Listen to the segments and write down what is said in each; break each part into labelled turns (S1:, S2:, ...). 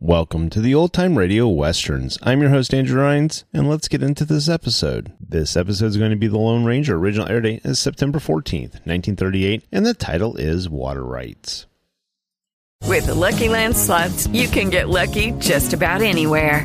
S1: Welcome to the Old Time Radio Westerns. I'm your host, Andrew Rhines, and let's get into this episode. This episode is going to be The Lone Ranger. Original air date is September 14th, 1938, and the title is Water Rights.
S2: With the Lucky Land slots, you can get lucky just about anywhere.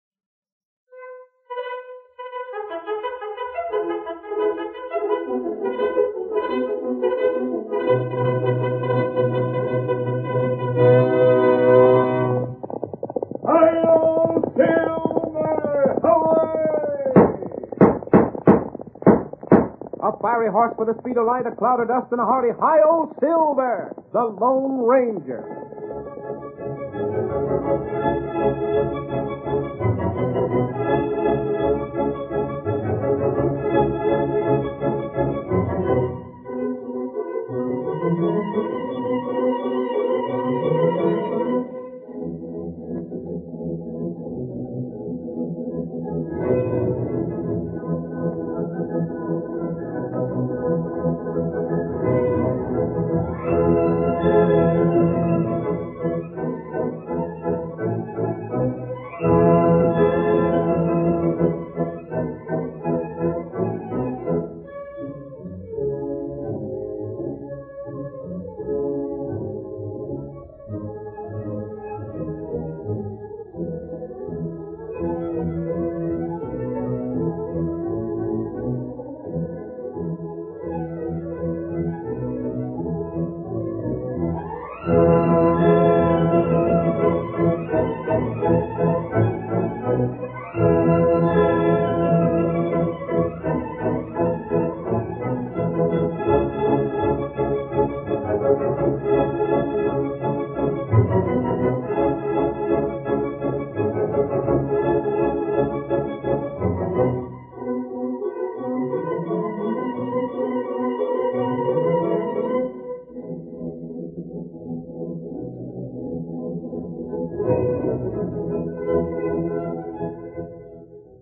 S3: A fiery horse with a speed of light, a cloud of dust, and a hearty hi-o silver, the Lone Ranger.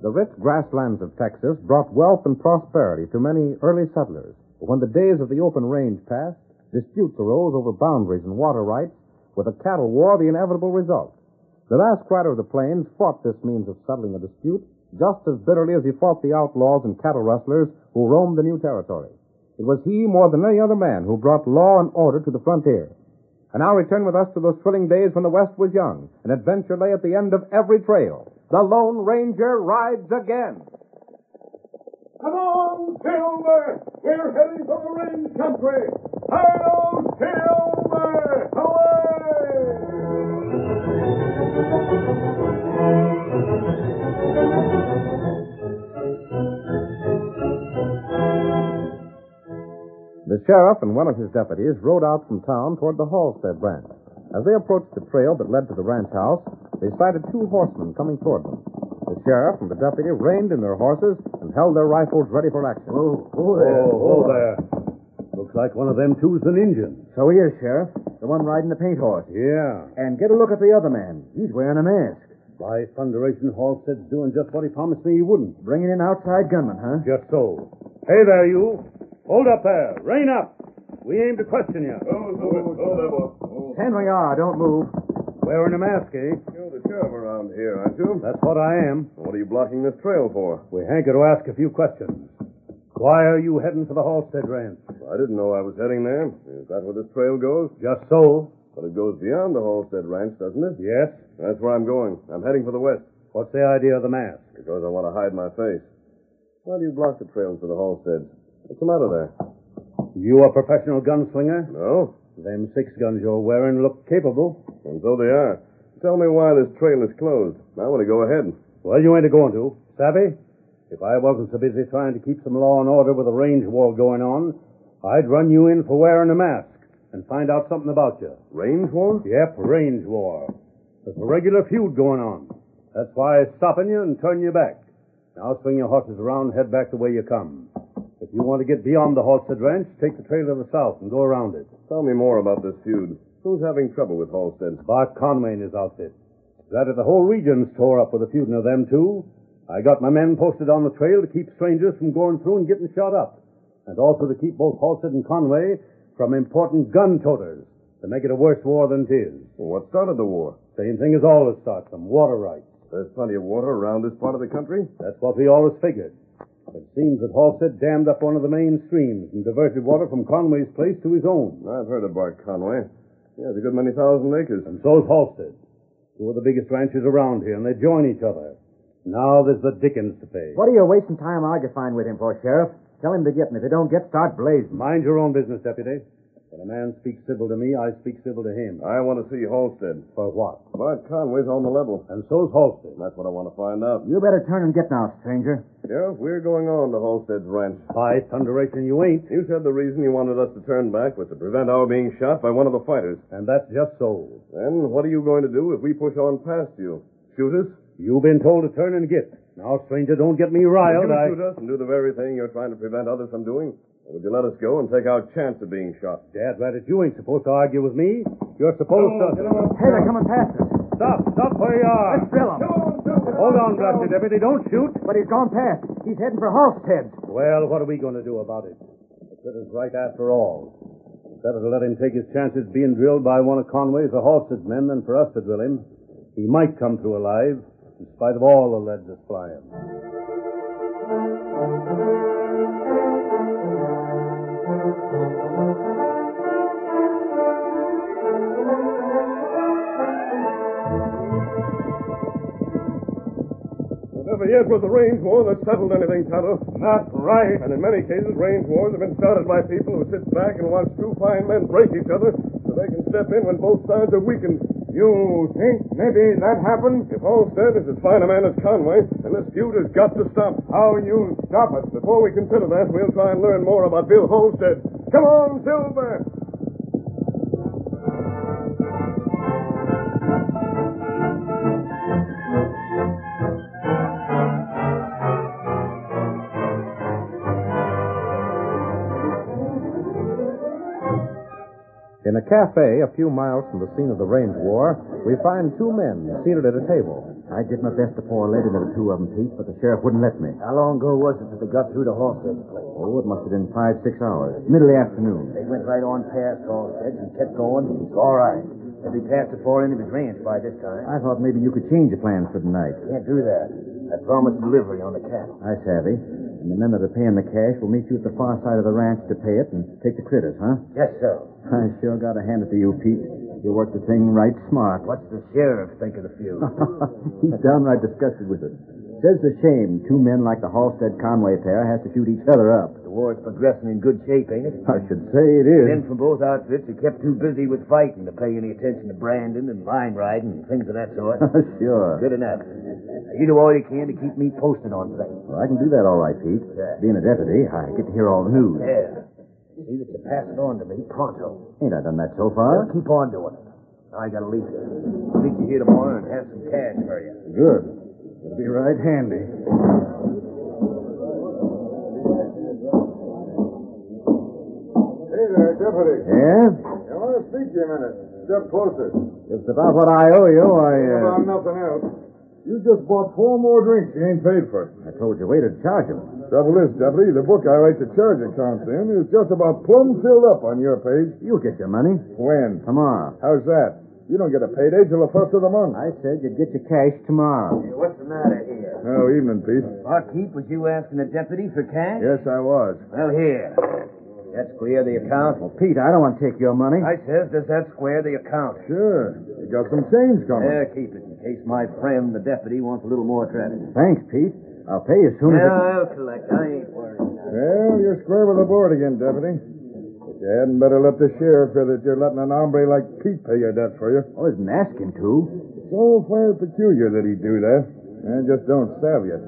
S3: The rich grasslands of Texas brought wealth and prosperity to many early settlers. But when the days of the open range passed, disputes arose over boundaries and water rights, with a cattle war the inevitable result. The last rider of the plains fought this means of settling a dispute just as bitterly as he fought the outlaws and cattle rustlers who roamed the new territory. It was he more than any other man who brought law and order to the frontier. And now return with us to those thrilling days when the West was young and adventure lay at the end of every trail. The Lone Ranger rides again.
S4: Come on, Silver! We're heading for the range country! Hail, Silver!
S3: The sheriff and one of his deputies rode out from town toward the Halstead ranch. As they approached the trail that led to the ranch house, they sighted two horsemen coming toward them. The sheriff and the deputy reined in their horses and held their rifles ready for action. Oh,
S5: Oh, oh, there. Looks like one of them two's an Indian.
S6: So he is, Sheriff. The one riding the paint horse.
S5: Yeah.
S6: And get a look at the other man. He's wearing a mask.
S5: By thunderation, Halstead's doing just what he promised me he wouldn't.
S6: Bringing in outside gunmen, huh?
S5: Just so. Hey there, you. Hold up there. Rein up. We aim to question you.
S6: Stand where you are. Don't move.
S5: Wearing a mask, eh?
S7: You're the sheriff around here, aren't you?
S5: That's what I am.
S7: What are you blocking this trail for?
S5: We hanker to ask a few questions. Why are you heading for the Halstead Ranch?
S7: I didn't know I was heading there. Is that where this trail goes?
S5: Just so.
S7: But it goes beyond the Halstead Ranch, doesn't it?
S5: Yes.
S7: That's where I'm going. I'm heading for the west.
S5: What's the idea of the mask?
S7: Because I want to hide my face. Why do you block the trail to the Halstead? What's the matter there?
S5: You a professional gunslinger?
S7: No.
S5: Them six guns you're wearing look capable.
S7: And so they are. Tell me why this trail is closed. I want to go ahead.
S5: Well, you ain't a going to. Savvy? If I wasn't so busy trying to keep some law and order with a range war going on, I'd run you in for wearing a mask and find out something about you.
S7: Range war?
S5: Yep, range war. There's a regular feud going on. That's why I'm stopping you and turning you back. Now swing your horses around, head back the way you come. If you want to get beyond the Halstead Ranch, take the trail to the south and go around it.
S7: Tell me more about this feud. Who's having trouble with Halstead?
S5: Bart Conway and his outfit. That if the whole region's tore up with the feuding of them two, I got my men posted on the trail to keep strangers from going through and getting shot up. And also to keep both Halstead and Conway from important gun toters to make it a worse war than 'tis.
S7: Well, what started the war?
S5: Same thing as always starts them, water rights.
S7: There's plenty of water around this part of the country.
S5: That's what we always figured. It seems that Halstead dammed up one of the main streams and diverted water from Conway's place to his own.
S7: I've heard of Bart Conway. He has a good many thousand acres.
S5: And so's Halstead. Two of the biggest ranches around here, and they join each other. Now there's the dickens to pay.
S6: What are you wasting time arguing with him for, Sheriff? Tell him to get, and if he don't get, start blazing.
S5: Mind your own business, Deputy. When a man speaks civil to me, I speak civil to him.
S7: I want to see Halstead.
S5: For what?
S7: Bart Conway's on the level.
S5: And so's Halstead.
S7: That's what I want to find out.
S6: You better turn and get now, stranger.
S7: Yeah, we're going on to Halstead's ranch.
S5: By thunderation, you ain't.
S7: You said the reason you wanted us to turn back was to prevent our being shot by one of the fighters.
S5: And that's just so.
S7: Then what are you going to do if we push on past you? Shoot us?
S5: You've been told to turn and get. Now, stranger, don't get me
S7: Would
S5: riled.
S7: you
S5: I...
S7: shoot us and do the very thing you're trying to prevent others from doing? Or would you let us go and take our chance of being shot?
S5: Dad, Rabbit, you ain't supposed to argue with me. You're supposed
S7: Come on,
S5: to.
S7: get on.
S6: Hey, they're coming past us.
S5: Stop, stop where you are.
S6: Let's drill 'em.
S5: Hold on, Blaster Deputy. Don't shoot.
S6: But he's gone past. He's heading for Halstead.
S5: Well, what are we going to do about it? The critter's right after all. It's better to let him take his chances being drilled by one of Conway's or Halstead's men than for us to drill him. He might come through alive, in spite of all the lead that's flying.
S7: Never yet was a range war that settled anything, Tonto.
S4: Not right.
S7: And in many cases, range wars have been started by people who sit back and watch two fine men break each other so they can step in when both sides are weakened.
S4: You think maybe that happened?
S7: If Halstead is as fine a man as Conway, then this feud has got to stop.
S4: How you stop it?
S7: Before we consider that, we'll try and learn more about Bill Halstead. Come on, Silver!
S3: In a cafe a few miles from the scene of the range war, we find two men seated at a table.
S6: I did my best to pour a lead into the two of them, Pete, but the sheriff wouldn't let me.
S8: How long ago was it that they got through to Halstead's place?
S6: Oh, it must have been five, six hours. Middle of the afternoon.
S8: They went right on past Halstead's and kept going. It's all right. They'll be past the far end of his ranch by this time.
S6: I thought maybe you could change your plans for tonight.
S8: Can't do that. I promised delivery on the cattle.
S6: I savvy. And the men that are paying the cash will meet you at the far side of the ranch to pay it and take the critters, huh?
S8: Yes, sir.
S6: I sure got to hand it to you, Pete. You worked the thing right smart.
S8: What's the sheriff think of the feud?
S6: He's downright disgusted with it. Says the shame two men like the Halstead Conway pair has to shoot each other up.
S8: The war's progressing in good shape, ain't it?
S6: I should say it is.
S8: Men from both outfits are kept too busy with fighting to pay any attention to branding and line riding and things of that sort.
S6: sure.
S8: Good enough. You do all you can to keep me posted on things.
S6: Well, I can do that all right, Pete. Being a deputy, I get to hear all the news.
S8: Yeah. See that you pass it on to me pronto.
S6: Ain't I done that so far?
S8: Well, keep on doing it. I gotta leave here. I'll meet you here tomorrow and have some cash for you.
S6: Good. It'll be right handy.
S9: Hey there, deputy. I
S6: Yeah?
S9: want to speak to you a minute. Step closer.
S6: If it's about what I owe you, I.
S9: About
S6: Uh,
S9: nothing else. You just bought four more drinks you ain't paid for.
S6: I told your waiter to charge him.
S9: Trouble is, deputy, the book I write the charge accounts in is just about plumb filled up on your page.
S6: You'll get your money.
S9: When?
S6: Tomorrow.
S9: How's that? You don't get a payday till the first of the month.
S6: I said you'd get your cash tomorrow.
S8: Hey, what's the matter here?
S9: Oh, evening, Pete.
S8: Barkeep, was you asking the deputy for cash?
S9: Yes, I was.
S8: Well, here. That square the account.
S6: Well, Pete, I don't want to take your money.
S8: I says, does that square the account?
S9: Sure. You got some change coming.
S8: There, keep it in case my friend, the deputy, wants a little more credit.
S6: Thanks, Pete. I'll pay you as soon as
S8: Now,
S6: I.
S8: I'll collect. I ain't worried.
S9: Well, you're square with the board again, deputy. But you hadn't better let the sheriff hear that you're letting an hombre like Pete pay your debt for you.
S6: I didn't ask him to.
S9: So fair peculiar that he do that. I just don't savvy it.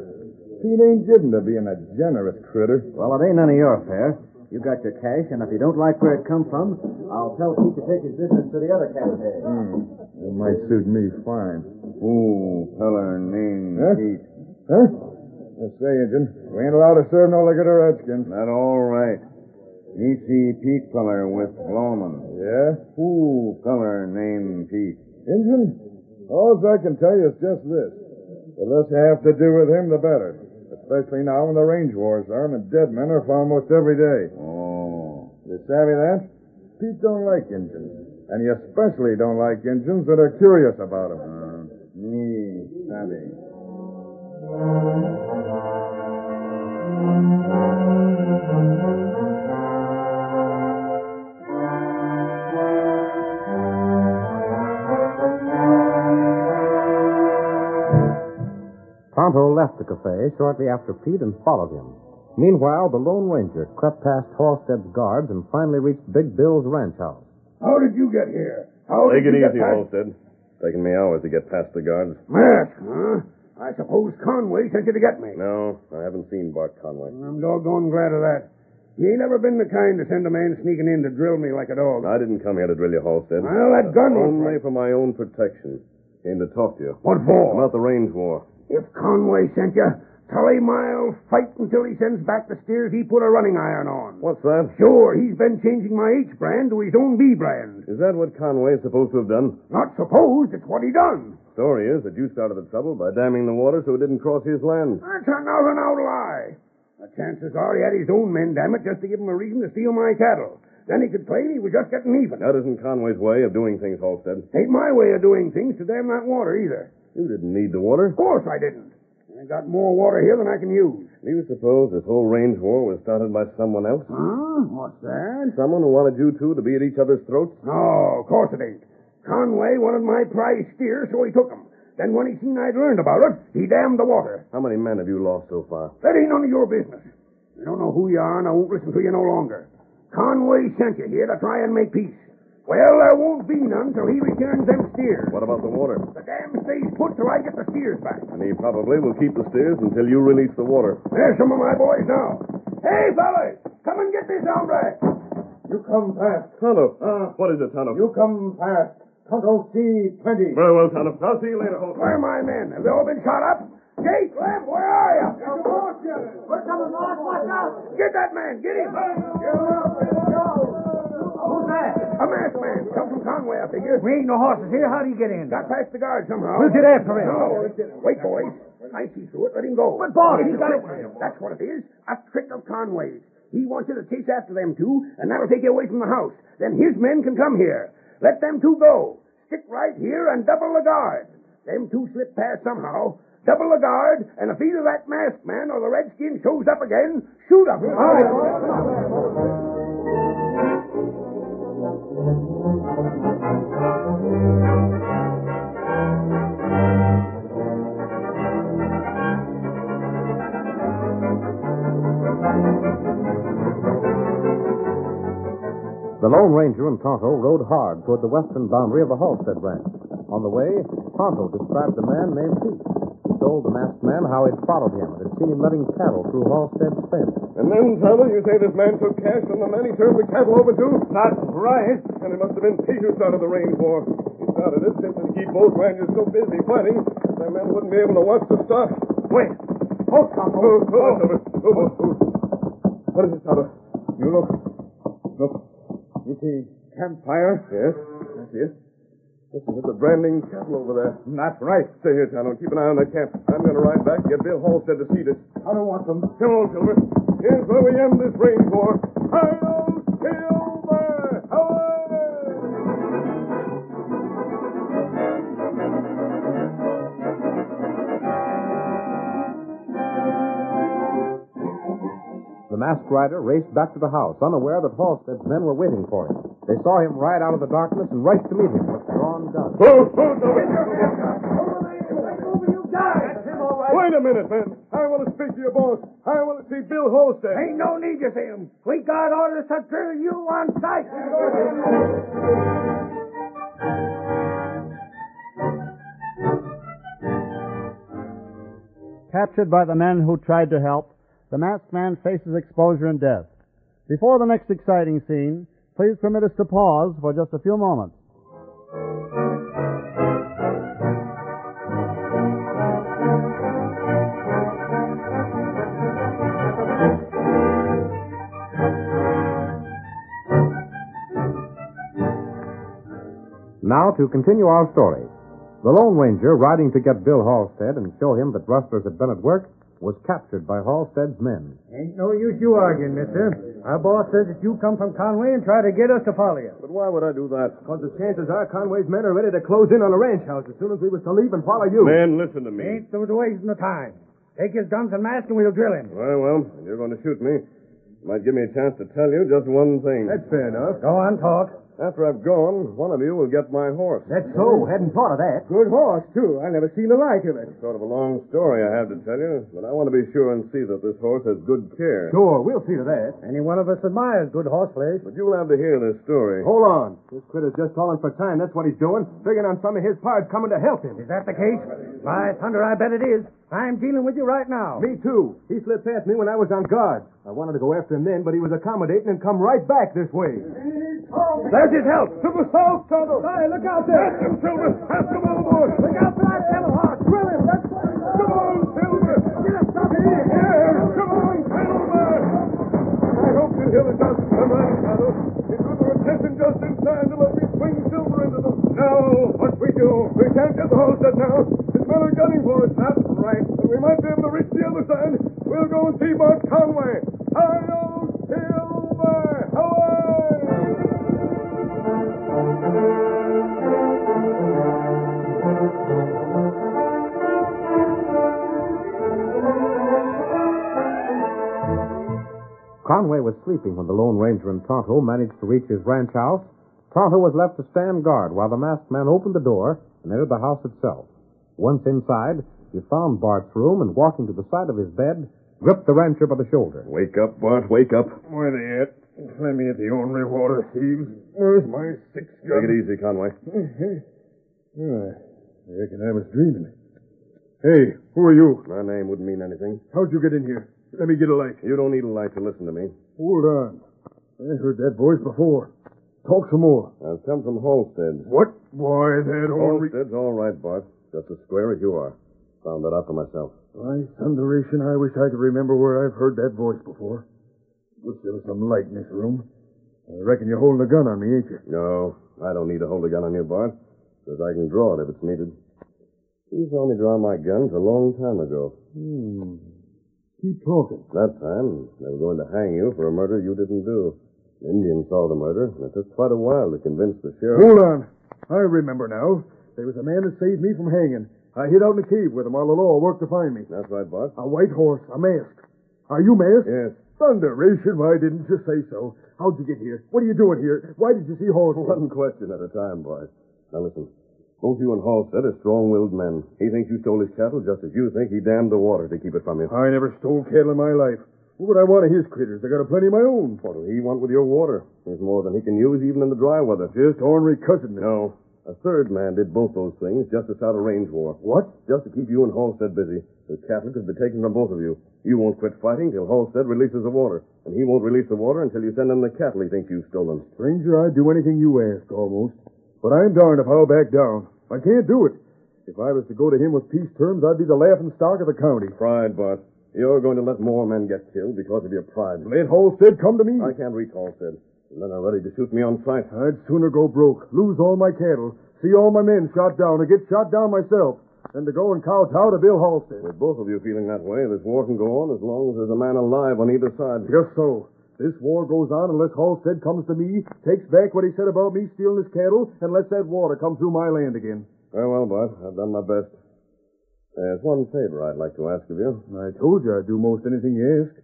S9: Pete ain't given to being a generous critter.
S6: Well, it ain't none of your affair. You got your cash, and if you don't like where it come from, I'll tell Pete to take his business to the other cafe.
S9: Hmm. It might suit me fine.
S10: Ooh, feller named
S9: Huh?
S10: Pete.
S9: Huh? Just say, Injun, we ain't allowed to serve no liquor to Redskins.
S10: That all right. Me see Pete feller with Lawman.
S9: Yeah?
S10: Ooh, feller named Pete.
S9: Injun, all I can tell you is just this. The less you have to do with him, the better. Especially now when the range wars on and dead men are found almost every day.
S10: Oh,
S9: You savvy that? Pete don't like Injuns. And you especially don't like Injuns that are curious about them.
S10: Uh, me savvy.
S3: Tonto left the cafe shortly after Pete and followed him. Meanwhile, the Lone Ranger crept past Halstead's guards and finally reached Big Bill's ranch house.
S4: How did you get here? How
S7: Take
S4: did
S7: it
S4: you get
S7: easy,
S4: past-
S7: Halstead. Taking me hours to get past the guards.
S4: Matt, huh? I suppose Conway sent you to get me.
S7: No, I haven't seen Bart Conway.
S4: I'm doggone glad of that. You ain't ever been the kind to send a man sneaking in to drill me like a dog.
S7: I didn't come here to drill you, Halstead.
S4: Well, that gun was
S7: Only for my own protection. Came to talk to you.
S4: What for?
S7: About the range war.
S4: If Conway sent you, Tully Mile'll fight until he sends back the steers he put a running iron on.
S7: What's that?
S4: Sure, he's been changing my H brand to his own B brand.
S7: Is that what Conway is supposed to have done?
S4: Not supposed, it's what he done.
S7: Story is that you started the trouble by damming the water so it didn't cross his land.
S4: That's an out and out lie. The chances are he had his own men, damn it, just to give him a reason to steal my cattle. Then he could claim he was just getting even.
S7: That isn't Conway's way of doing things, Halstead.
S4: Ain't my way of doing things to damn that water either.
S7: You didn't need the water.
S4: Of course I didn't. I got more water here than I can use.
S7: Do you suppose this whole range war was started by someone else?
S4: Huh? What's that?
S7: Someone who wanted you two to be at each other's throats?
S4: No, of course it ain't. Conway wanted my prize steer, so he took him. Then when he seen I'd learned about it, he dammed the water.
S7: How many men have you lost so far?
S4: That ain't none of your business. I don't know who you are, and I won't listen to you no longer. Conway sent you here to try and make peace. Well, there won't be none till he returns them steers.
S7: What about the water?
S4: The dam stays put till I get the steers back.
S7: And he probably will keep the steers until you release the water.
S4: There's some of my boys now. Hey, fellas, come and get this hombre.
S9: You come fast.
S7: Tonto.
S4: Uh,
S7: what is it, Tonto?
S9: You come fast. Tonto see plenty.
S7: Very well, Tonto. I'll see you later, Holt.
S4: Where are my men? Have they all been shot up? Jake, Lem, where are you? We're coming, Mark. Watch out. Get that man. Get him. Who's that? A masked man. Come from Conway up here.
S8: We ain't no horses here. How'd he get in?
S4: Got past the guard somehow.
S8: We'll get after him.
S4: No. Wait, boys. I see through it. Let him go.
S8: But, boss, he's got it.
S4: That's what it is. A trick of Conway's. He wants you to chase after them two, and that'll take you away from the house. Then his men can come here. Let them two go. Stick right here and double the guard. Them two slip past somehow. Double the guard, and if either that masked man or the redskin shows up again, shoot up. All right.
S3: The Lone Ranger and Tonto rode hard toward the western boundary of the Halstead Ranch. On the way, Tonto described a man named Pete. He told the masked man how he'd followed him and had seen him letting cattle through Halstead's fence.
S7: And then, Tonto, you say this man took cash from the man he turned the cattle over to?
S11: Not right.
S7: And it must have been Pete who started the range war. He started it simply to keep both ranchers so busy fighting that their men wouldn't be able to watch the stock.
S11: Wait. Hold, Tonto.
S7: Oh, hold on, Tonto. Oh, oh, oh. What is it, Tonto?
S12: You look. Look. You see campfire?
S7: Yes, I see it. Listen to the branding cattle over there.
S12: Not right.
S7: Stay here, Tonto. Keep an eye on that camp. I'm going to ride back and get Bill Halstead to see this.
S12: I don't want them.
S7: Come on, Silver. Here's where we end this range war. Hi-yo, Silver!
S3: The masked rider raced back to the house, unaware that Halstead's men were waiting for him. They saw him ride out of the darkness and rushed to meet him with drawn guns.
S7: Oh, oh, no.
S4: That's him, all right.
S7: Wait a minute, man. I want to speak to your boss. I want to see Bill Holstead.
S4: Ain't no need to see him. We got orders to drill you on sight.
S13: Captured by the men who tried to help, the masked man faces exposure and death. Before the next exciting scene, please permit us to pause for just a few moments.
S3: Now to continue our story. The Lone Ranger, riding to get Bill Halstead and show him that rustlers had been at work, was captured by Halstead's men.
S14: Ain't no use you arguing, mister. Our boss says that you come from Conway and try to get us to follow you.
S7: But why would I do that?
S14: Because the chances are Conway's men are ready to close in on the ranch house as soon as we was to leave and follow you.
S7: Man, listen to me.
S14: Ain't no wasting the time. Take his guns and mask and we'll drill him.
S7: Very well. You're going to shoot me. You might give me a chance to tell you just one thing.
S14: That's fair enough. Go on, talk.
S7: After I've gone, one of you will get my horse.
S14: That's so. Hadn't thought of that.
S12: Good horse, too. I never seen the like of it.
S7: It's sort of a long story I have to tell you, but I want to be sure and see that this horse has good care.
S14: Sure, we'll see to that. Any one of us admires good horse flesh.
S7: But you'll have to hear this story.
S14: Hold on. This critter's just calling for time. That's what he's doing. Figuring on some of his pards coming to help him. Is that the case? By thunder, I bet it is. I'm dealing with you right now. Me too. He slipped past me when I was on guard. I wanted to go after him then, but he was accommodating and come right back this way.
S4: There's his help.
S7: To the south, Tonto.
S14: Hey, look out there.
S7: That's him, Silver. That's him overboard.
S14: Look out for that fellow, Hawk. Drill him. That's
S7: Come on, Silver.
S14: Get us up
S7: Yeah, come on, Silver. I hope you hear the shots come right, Tonto. It was a retention just in time to let me swing Silver into them. Now, what we do? We can't get the whole set now. His men are gunning for us. That's right. But we might be able to reach the other side. We'll go and see Bart Conway. Hello, Silver. Hello.
S3: Conway was sleeping when the Lone Ranger and Tonto managed to reach his ranch house. Tonto was left to stand guard while the masked man opened the door and entered the house itself. Once inside, he found Bart's room and walking to the side of his bed, gripped the rancher by the shoulder.
S7: Wake up, Bart. Wake up.
S9: Where they at? Let me at the only water thieves. Where's my six gun?
S7: Take it easy, Conway.
S9: Ah, I reckon I was dreaming. Hey, who are you?
S7: My name wouldn't mean anything.
S9: How'd you get in here? Let me get a light.
S7: You don't need a light to listen to me.
S9: Hold on. I heard that voice before. Talk some more.
S7: I've come from Holstead.
S9: What? Why, that ornery...
S7: Holstead's all right, Bart. Just as square as you are. Found that out for myself.
S9: By thunderation, I wish I could remember where I've heard that voice before. Wish there was some light in this room. I reckon you're holding a gun on me, ain't you?
S7: No, I don't need to hold a gun on you, Bart. Because I can draw it if it's needed. You saw me draw my guns a long time ago.
S9: Hmm. Keep talking.
S7: That time, they were going to hang you for a murder you didn't do. An Indian saw the murder, and it took quite a while to convince the sheriff.
S9: Hold on. I remember now. There was a man that saved me from hanging. I hid out in the cave with him while the law worked to find me.
S7: That's right, Bart.
S9: A white horse, a mask. Are you masked?
S7: Yes.
S9: Thunderation, why didn't you say so? How'd you get here? What are you doing here? Why did you see Halstead?
S7: One question at a time, Bart. Now listen. Both you and Halstead are strong-willed men. He thinks you stole his cattle just as you think he dammed the water to keep it from you.
S9: I never stole cattle in my life. What would I want of his critters? I got a plenty of my own. What do he want with your water?
S7: There's more than he can use even in the dry weather. Just ornery cussedness. No. A third man did both those things just to start a range war. What? Just to keep you and Halstead busy. The cattle could be taken from both of you. You won't quit fighting till Halstead releases the water. And he won't release the water until you send him the cattle he thinks you've stolen.
S9: Stranger, I'd do anything you ask, almost. But I'm darned if I'll back down. I can't do it. If I was to go to him with peace terms, I'd be the laughing stock of the county.
S7: Pride, Bart. You're going to let more men get killed because of your pride.
S9: Let Halstead come to me.
S7: I can't reach Halstead. The men are ready to shoot me on sight.
S9: I'd sooner go broke, lose all my cattle, see all my men shot down, or get shot down myself, than to go and kowtow to Bill Halstead.
S7: With both of you feeling that way, this war can go on as long as there's a man alive on either side.
S9: Just so. This war goes on unless Halstead comes to me, takes back what he said about me stealing his cattle, and lets that water come through my land again.
S7: Very well, Bart. I've done my best. There's one favor I'd like to ask of you.
S9: I told you I'd do most anything you ask,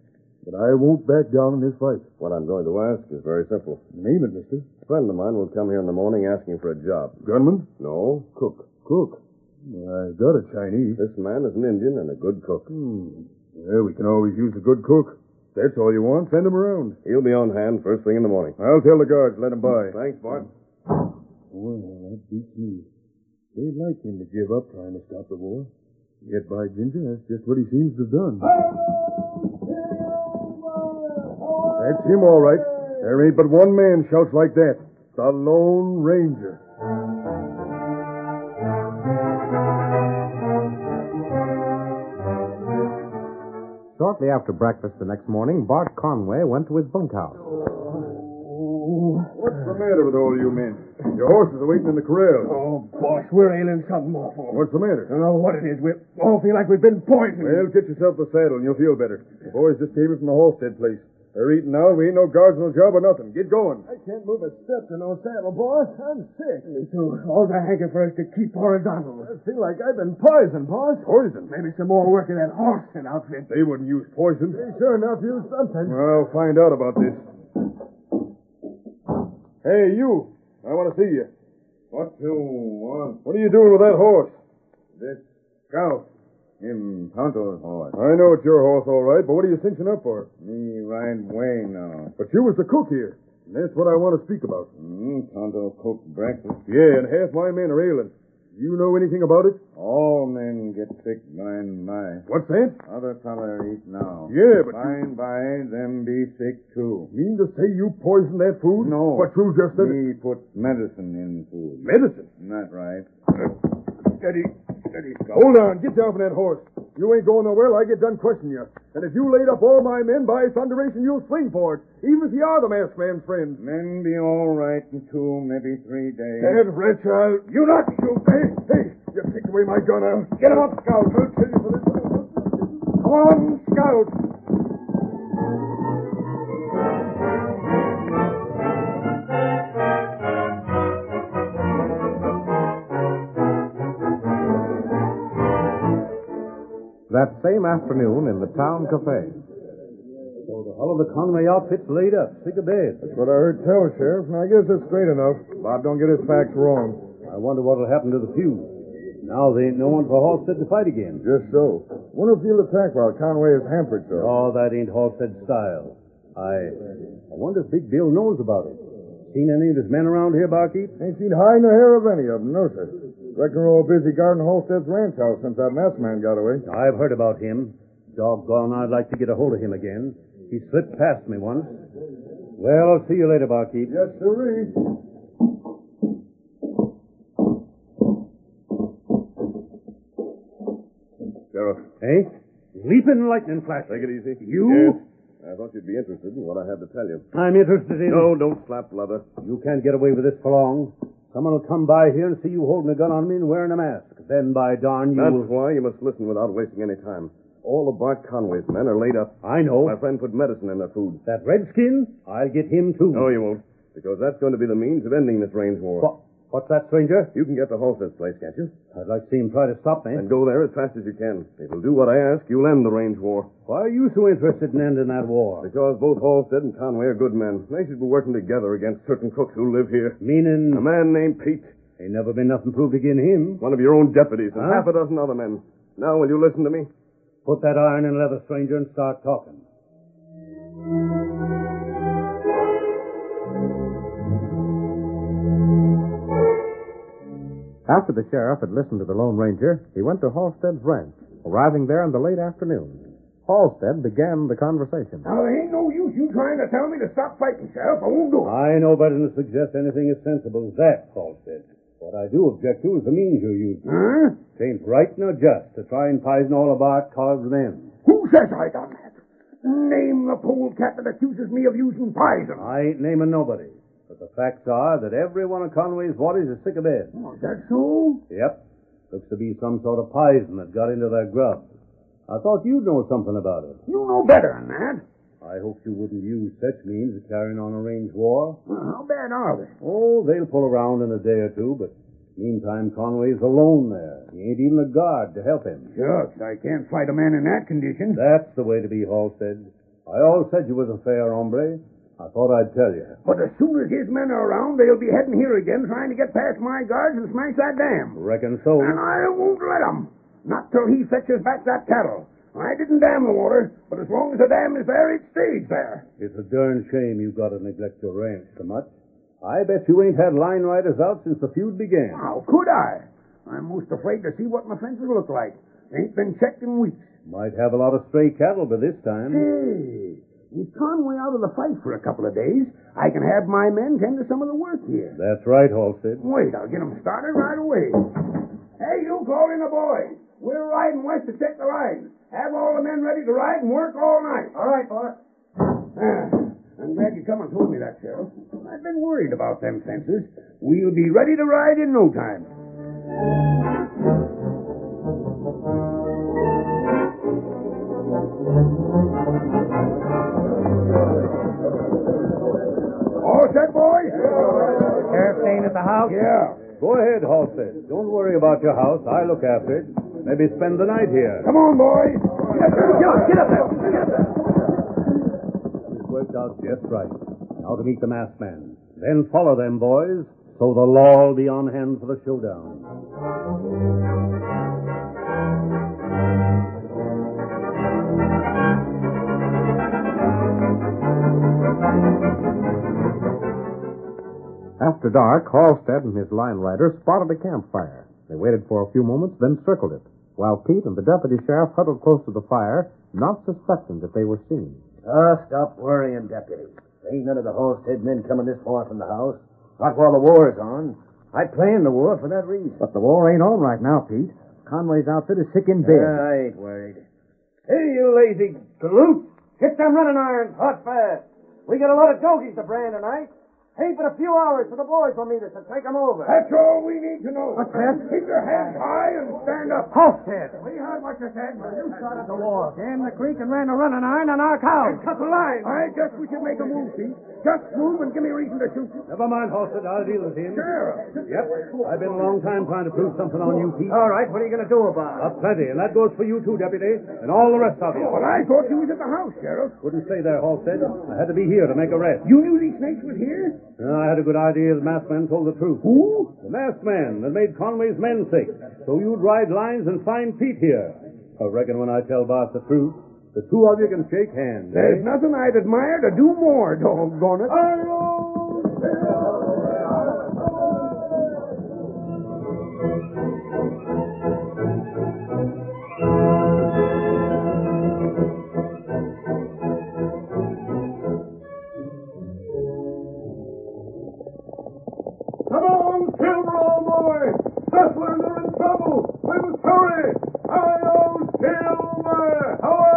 S9: but I won't back down in this fight.
S7: What I'm going to ask is very simple.
S9: Name it, mister.
S7: A friend of mine will come here in the morning asking for a job.
S9: Gunman?
S7: No, cook.
S9: Cook? I got a Chinese.
S7: This man is an Indian and a good cook.
S9: Hmm. Well, we can always use a good cook. If that's all you want. Send him around.
S7: He'll be on hand first thing in the morning.
S9: I'll tell the guards. Let him by.
S7: Thanks, Bart.
S9: Well, that beats me. They'd like him to give up trying to stop the war. Yet by ginger, that's just what he seems to have done. That's him, all right. There ain't but one man shouts like that. The Lone Ranger.
S14: Shortly after breakfast the next morning, Bart Conway went to his bunkhouse.
S11: Oh.
S9: What's the matter with all you men? Your horses are waiting in the corral.
S11: Oh, boss, we're ailing something awful.
S9: What's the matter?
S11: I don't know what it is. We all feel like we've been poisoned.
S9: Well, get yourself a saddle and you'll feel better. The boys just came in from the Halstead place. They're eating now. We ain't no guards on the job or nothing. Get going.
S11: I can't move a step to no saddle, boss. I'm sick. Me too. All's I hanker for is to keep horizontal. I feel like I've been poisoned, boss.
S9: Poison?
S11: Maybe some more work in that Austin outfit.
S9: They wouldn't use poison.
S11: They sure enough use something.
S9: I'll find out about this. Hey, you. I want to see you.
S5: What you want?
S9: What are you doing with that horse?
S5: This scout. Him Tonto's horse.
S9: I know it's your horse, all right, but what are you cinching up for?
S5: Me ride way now.
S9: But you was the cook here. And that's what I want to speak about.
S5: Mm, Tonto cooked breakfast.
S9: Yeah, and half my men are ailing. You know anything about it?
S5: All men get sick by and by.
S9: What's that?
S5: Other feller eat now.
S9: Yeah, but
S5: by and by them be sick too.
S9: Mean to say you poisoned that food?
S5: No.
S9: But you just said
S5: me put medicine in food.
S9: medicine.
S5: Not right.
S11: Steady, steady, Scout.
S9: Hold on, get down from that horse. You ain't going nowhere till I get done questioning you. And if you laid up all my men by thunderation, you'll swing for it, even if you are the masked man's friend.
S5: Men be all right in two, maybe three days.
S9: That wretch, I'll...
S11: You not shoot.
S9: Hey, hey, you kicked away my gun, I'll...
S11: Get him up, Scout.
S9: I'll tell you for this.
S11: Come on, Scout.
S14: That same afternoon in the town cafe.
S7: So the hull of the Conway outfit's laid up, sick of bed.
S9: That's what I heard tell, Sheriff, and I guess that's straight enough. Bob don't get his facts wrong.
S7: I wonder what'll happen to the fuse. Now there ain't no one for Halstead to fight again.
S9: Just so. Wonder if he'll attack while Conway is hampered, so.
S7: Oh, that ain't Halstead's style. I, I wonder if Big Bill knows about it. Seen any of his men around here, Barkeep?
S9: Ain't seen hide nor hair of any of them, no, sir. Reckon we're all busy guarding Holstead's ranch house since that masked man got away.
S7: I've heard about him. Doggone, I'd like to get a hold of him again. He slipped past me once. Well, see you later, Barkeep.
S9: Yes, sirree.
S7: Sheriff. Eh? Leaping lightning flash.
S5: Take it easy.
S7: You?
S5: Yes. I thought you'd be interested in what I had to tell you.
S7: I'm interested in.
S5: No, don't slap leather.
S7: You can't get away with this for long. Someone will come by here and see you holding a gun on me and wearing a mask. Then, by darn, you
S5: That's
S7: will...
S5: why you must listen without wasting any time. All of Bart Conway's men are laid up.
S7: I know.
S5: My friend put medicine in their food.
S7: That redskin? I'll get him, too.
S5: No, you won't. Because that's going to be the means of ending this range war.
S7: Wha- What's that, stranger?
S5: You can get to Halstead's place, can't you?
S7: I'd like to see him try to stop me.
S5: And go there as fast as you can. If you'll do what I ask, you'll end the range war.
S7: Why are you so interested in ending that war?
S5: Because both Halstead and Conway are good men. They should be working together against certain crooks who live here.
S7: Meaning,
S5: A man named Pete,
S7: ain't never been nothing proved against him.
S5: one of your own deputies, and
S7: Huh?
S5: half a dozen other men. Now, will you listen to me?
S7: Put that iron and leather, stranger, and start talking.
S3: After the sheriff had listened to the Lone Ranger, he went to Halstead's ranch, arriving there in the late afternoon. Halstead began the conversation.
S4: Now, there ain't no use you trying to tell me to stop fighting, Sheriff. I won't do it.
S5: I know better than to suggest anything as sensible as that, Halstead. What I do object to is the means you use.
S4: Huh?
S5: Tain't right nor just to try and poison all about cause of them.
S4: Who says I done that? Name the polecat that accuses me of using poison.
S5: I ain't naming nobody. But the facts are that every one of Conway's waters is sick of bed.
S4: Is that so?
S5: Yep. Looks to be some sort of poison that got into their grub. I thought you'd know something about it.
S4: You know better than that.
S5: I hoped you wouldn't use such means of carrying on a range war.
S4: How bad are they?
S5: Oh, they'll pull around in a day or two, but meantime Conway's alone there. He ain't even a guard to help him.
S4: Shucks, I can't fight a man in that condition.
S5: That's the way to be, Halstead. I always said you was a fair hombre. I thought I'd tell you.
S4: But as soon as his men are around, they'll be heading here again, trying to get past my guards and smash that dam.
S5: Reckon so.
S4: And I won't let 'em. Not till he fetches back that cattle. I didn't dam the water, but as long as the dam is there, it stays there.
S5: It's a darn shame you got to neglect your ranch so much. I bet you ain't had line riders out since the feud began.
S4: How could I? I'm most afraid to see what my fences look like. They ain't been checked in weeks.
S5: Might have a lot of stray cattle by this time.
S4: Hey, with Conway out of the fight for a couple of days, I can have my men tend to some of the work here.
S5: That's right, Halstead.
S4: Wait, I'll get 'em started right away. Hey, you call in the boys. We're riding west to check the line. Have all the men ready to ride and work all night. All right, boss. Ah, I'm glad you come and told me that, Sheriff. I've been worried about them fences. We'll be ready to ride in no time. All set, boys?
S15: Sheriff staying at the house?
S4: Yeah.
S5: Go ahead, Halstead. Don't worry about your house. I look after it. Maybe spend the night here.
S4: Come on, boys. Get up, get up there. Get up there.
S5: It's worked out just right. Now to meet the masked man. Then follow them, boys, so the law'll be on hand for the showdown.
S3: After dark, Halstead and his line rider spotted a campfire. They waited for a few moments, then circled it, while Pete and the deputy sheriff huddled close to the fire, not suspecting that they were seen.
S8: Oh, stop worrying, deputy. There ain't none of the Halstead men coming this far from the house. Not while the war is on. I planned the war for that reason.
S6: But the war ain't on right now, Pete. Conway's outfit is sick in bed.
S8: Yeah, Uh, I ain't worried. Hey, you lazy galoot! Get them running irons hot fast. We got a lot of dogies to brand tonight. Hey, but a few hours for the boys will meet us and take 'em over.
S4: That's all we need to know.
S8: What's that?
S4: Keep your hands high and stand up.
S15: Halstead.
S4: We heard what you said. You started
S15: The war. Damn the creek and ran a running iron on our cows.
S4: Cut the line. I guess we should make a move, Pete. Just move and give me reason to shoot you.
S5: Never mind, Halstead. I'll deal with him.
S4: Sheriff.
S5: Yep. I've been a long time trying to prove something on you, Pete.
S15: All right, what are you going to do about it?
S5: A plenty, and that goes for you too, Deputy, and all the rest of you.
S4: Well, I thought you was at the house, Sheriff.
S5: Wouldn't stay there, Halstead. I had to be here to make arrest.
S4: You knew these snakes was here?
S5: No, Uh, I had a good idea the masked man told the truth.
S4: Who?
S5: The masked man that made Conway's men sick. So you'd ride lines and find Pete here. I reckon when I tell Bart the truth, the two of you can shake hands.
S4: There's nothing I'd admire to do more, doggone it.
S7: Come on, Silver, old boy! Settlers are in trouble! We must hurry! Hi-yo, Silver! Away!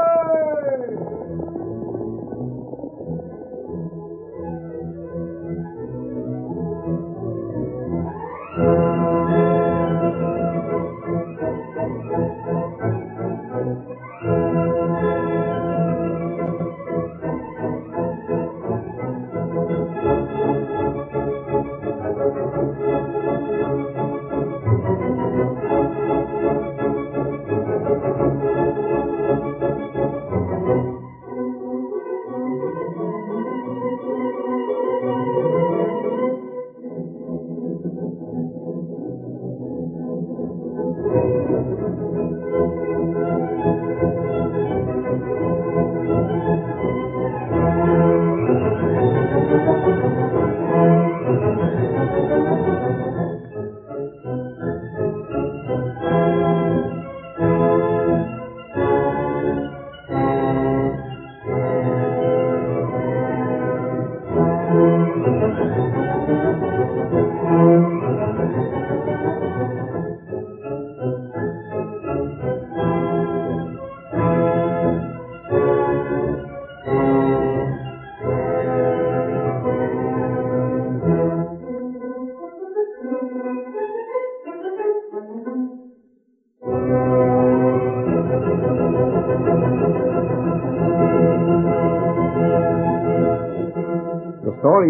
S3: story